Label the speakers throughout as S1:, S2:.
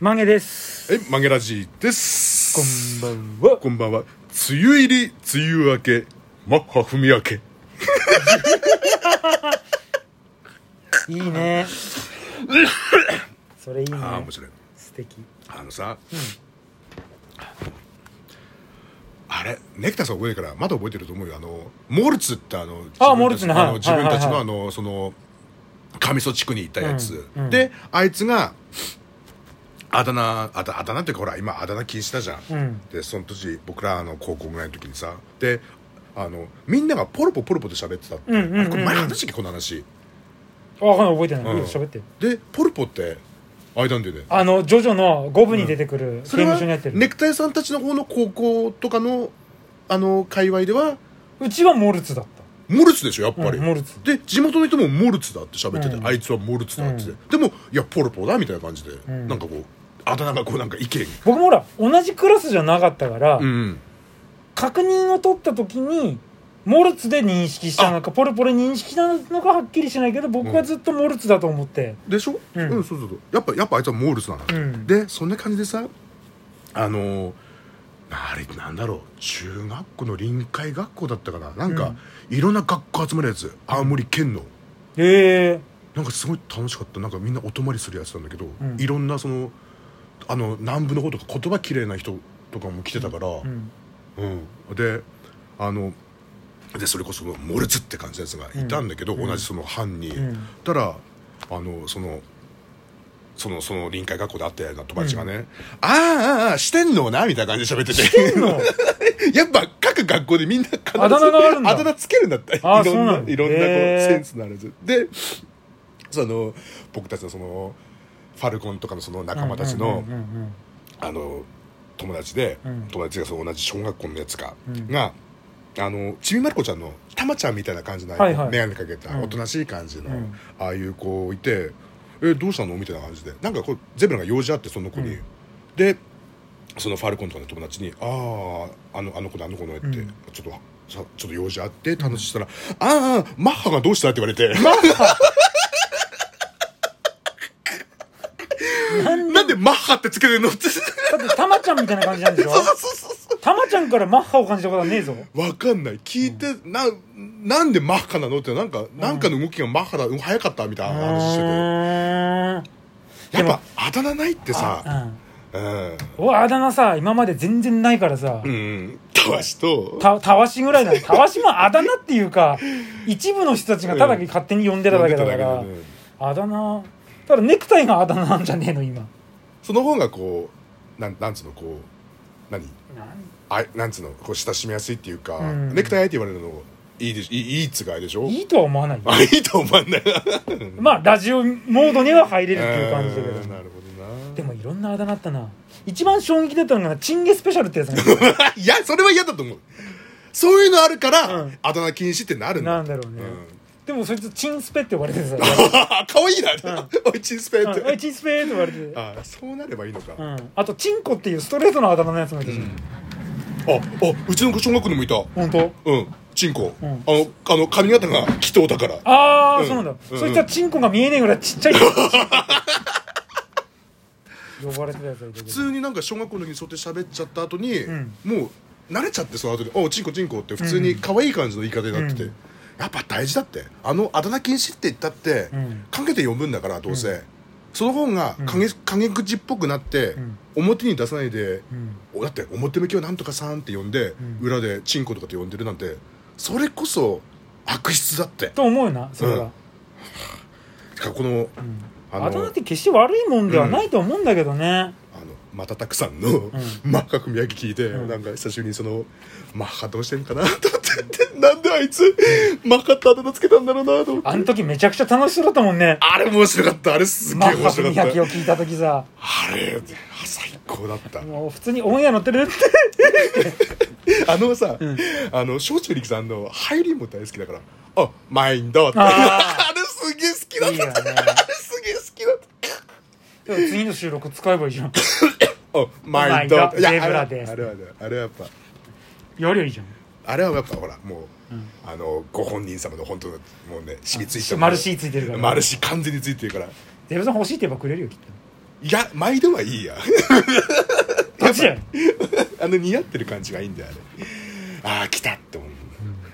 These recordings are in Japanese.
S1: マゲです
S2: はい、マンゲラジーです。
S1: こんばんは
S2: こんばんは。梅雨入り、梅雨明け、マッハ文明け。
S1: いいねそれいいね
S2: ああ、面白い。
S1: 素敵
S2: あのさ、あれ、ネクタさん覚えてるから、まだ覚えてると思うよ。あの、モルツってあの、
S1: あ
S2: 自分たち
S1: モルツねはい
S2: あの、自分たち
S1: はいはいは
S2: の
S1: い
S2: あの、その、上蘇地区に行ったやつ。
S1: うんうん
S2: で、あいつが、あだ名、あだあだ名っていうかほら、今あだ名禁止だじゃん。
S1: うん
S2: でその時僕らあの高校ぐらいの時にさであのみんながポロポポロポと喋ってたって、
S1: うんうんうんうん
S2: あれこれ前話したっけこの話
S1: あわかんない覚えてない
S2: うん
S1: うん喋って
S2: でポルポってあれなんだよね
S1: あのジョジョの五部に出てくる
S2: そ
S1: 刑務
S2: れは
S1: 所にやってる
S2: ネクタイさんたちの方の高校とかのあの界隈では
S1: うちはモルツだっ
S2: モルツでしょやっぱり、
S1: うんモルツ
S2: で地元の人もモルツだって喋ってて、
S1: うん
S2: あいつはモルツだって、
S1: うん
S2: でもいやポルポだみたいな感じで、
S1: ん
S2: なんかこうあだ名がこうなんか意見
S1: 僕もほら同じクラスじゃなかったから、
S2: うん
S1: 確認を取った時にモルツで認識したのかポルポで認識したのかはっきりしないけど僕はずっとモルツだと思って
S2: でしょ、
S1: う
S2: うんん、そうそうそうやっぱやっぱあいつはモールスなんだ、
S1: うん
S2: でそんな感じでさあのーあれなんだろう中学校の臨海学校だったかななんか、いろんな学校集まるやつ青森県の
S1: ええ
S2: なんかすごい楽しかったなんかみんなお泊まりするやつなんだけど、
S1: うん
S2: いろんなそのあの南部の方とか言葉きれいな人とかも来てたから、
S1: ー うん、
S2: うん、であのでそれこそそのモルツって感じのやつがいたんだけど、
S1: うん
S2: 同じその班に、
S1: うん
S2: たらあのそのそのその臨海学校で会ったような友達がね「あああああしてんのな」みたいな感じで喋ってて
S1: の
S2: やっぱ各学校でみんな必ず
S1: あだ名があるんだ
S2: あだ名つけるんだってい
S1: あー
S2: ろん
S1: そうな
S2: なん
S1: だ
S2: いろんなこう
S1: へー
S2: センスのあるやつでその僕たちのそのファルコンとかのその仲間たちの、
S1: うんうんうん
S2: あの友達で、
S1: うん
S2: 友達がその同じ小学校のやつが,、
S1: うん
S2: があのちびまる子ちゃんのたまちゃんみたいな感じの、
S1: はいはい
S2: 眼鏡かけた
S1: うん
S2: おとなしい感じの、
S1: うん
S2: ああいう子いて「えどうしたの?」みたいな感じでなんかこうゼブラが用事あってその子に、
S1: うん
S2: でそのファルコンとかの友達に「あああのあの子のあの子の」って、
S1: うん
S2: ちょっとさちょっと用事あって楽ししたら「ああマッハがどうした?」って言われて
S1: なん
S2: 「なんでマッハってつけてんの?」って そう
S1: だってたまちゃんみたいな感じなんでしょ
S2: そうそうそう
S1: たまちゃんからマッハを感じたことはねえぞ
S2: わかんない聞いて、ななんでマッハなのってなんか、なんかの動きがマッハだうん早かったみたいな話して
S1: うーん
S2: てやっぱあだ名ないってさうん
S1: うんおあだ名さ今まで全然ないからさ、
S2: うんたわしと
S1: たたわしぐらいなのたわしもあだ名っていうか一部の人たちがただ勝手に呼んでただけだから、
S2: 呼んでただけで
S1: あだ名ただネクタイがあだ名なんじゃねえの今
S2: その方がこうなんなんつうのこう何
S1: なん
S2: あなんつうのこう親しみやすいっていうか、
S1: うん
S2: ネクタイって言われるのいいでしいいいいっつがあれでしょ
S1: いいとは思わないよ
S2: あいいと思わんない
S1: まあラジオモードには入れるっていう感じだけ
S2: うん
S1: ど
S2: なるほどな
S1: でもいろんなあだ名あったな一番衝撃だったのがチンゲスペシャルってやつが
S2: いやそれは嫌だと思うそういうのあるから、
S1: うん
S2: あだ名禁止ってなるんだ
S1: なんだろうね
S2: ん
S1: でもそいつチンスペって呼ばれてさ
S2: 可愛いな、おいちんスペ
S1: う
S2: っ
S1: ん、あ
S2: て、
S1: チンスペーって言われて、
S2: あそうなればいいのか、
S1: う
S2: あ
S1: ん、あとチンコっていうストレートのあだ名のやつもいたし、ん、
S2: あうちの小学校にもいた
S1: 本当
S2: うんチンコ、
S1: ん
S2: あのあの髪型が祈祷だから
S1: ああ、
S2: うん
S1: そうなんだ、
S2: うん
S1: そいつはチンコが見えねえぐらいちっ ちゃい呼ばれてたやつがいたけ
S2: 普
S1: ど
S2: 通になんか小学校の時にそうやって喋っちゃった後に、
S1: ん
S2: もう慣れちゃってその後で「おうチンコチンコ」って普通に可愛い感じの言い方になってて、
S1: うん
S2: やっぱ大事だってあのあだ名禁止って言ったって、
S1: うん
S2: かけて読むんだからどうせ、その方が陰,、陰口っぽくなって、
S1: ん
S2: 表に出さないで、
S1: うん
S2: おだって表向きはなんとかさんって呼んで、
S1: ん
S2: 裏でチンコとかって呼んでるなんてそれこそ悪質だって
S1: と思うよなそれは、
S2: てかこの
S1: うん
S2: あ
S1: あ
S2: の
S1: だ名って決して悪いもんではないと思うんだけどね、
S2: あの瞬くさんの、マッハ文明聞いて、
S1: うん
S2: なんか久しぶりにそのマッハどうしてんかなと思ってなんであいつマッハってあだ名つけたんだろうなと思って
S1: あの時めちゃくちゃ楽しそうだったもんね
S2: あれ面白かったあれすっげ
S1: マ
S2: え
S1: ッハ
S2: 面白
S1: 文
S2: かっ
S1: 明
S2: た
S1: を聞いた時さ
S2: あれ最高だった
S1: もう普通にオンエア乗ってるって
S2: あのさ、
S1: ん
S2: あの小中力さんの入りも大好きだから「あマインド」って
S1: あ
S2: あ
S1: ー
S2: れすげえ好きだった
S1: いいよね
S2: あれすげえ好きだった
S1: でも次の収録使えばいいじゃん
S2: おマイン
S1: マイン
S2: ド
S1: ド
S2: いや
S1: ゼブラ
S2: あれ
S1: です
S2: あれはねあれはやっぱ
S1: やりゃいいじゃん
S2: あれはやっぱほらもう、あのご本人様の本当のもうね染みついた
S1: マルシーついてるから
S2: マルシー完全についてるから
S1: ゼブさん欲しいって言えばくれるよきっと
S2: いや毎度はいいや
S1: ガチやん
S2: あの似合ってる感じがいいんだよあれああ来たって思う、あ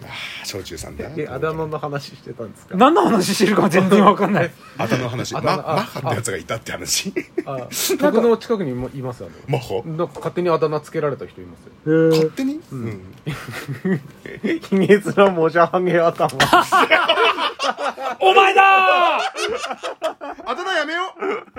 S2: あ焼酎さんだ
S3: え、あだ名の話してたんですか
S1: 何の話してるか全然わかんない
S2: あたの話ま
S3: あ
S2: マ
S3: だ名
S2: ッハってやつがいたって話
S3: あ僕の近くにもいますよ、あ
S2: マッハ
S3: のなんか勝手にあだ名つけられた人いますよ。
S1: へー
S2: 勝手に、うん
S3: ひげ面もじゃはげ頭。
S1: お前だー
S2: あだ名やめよう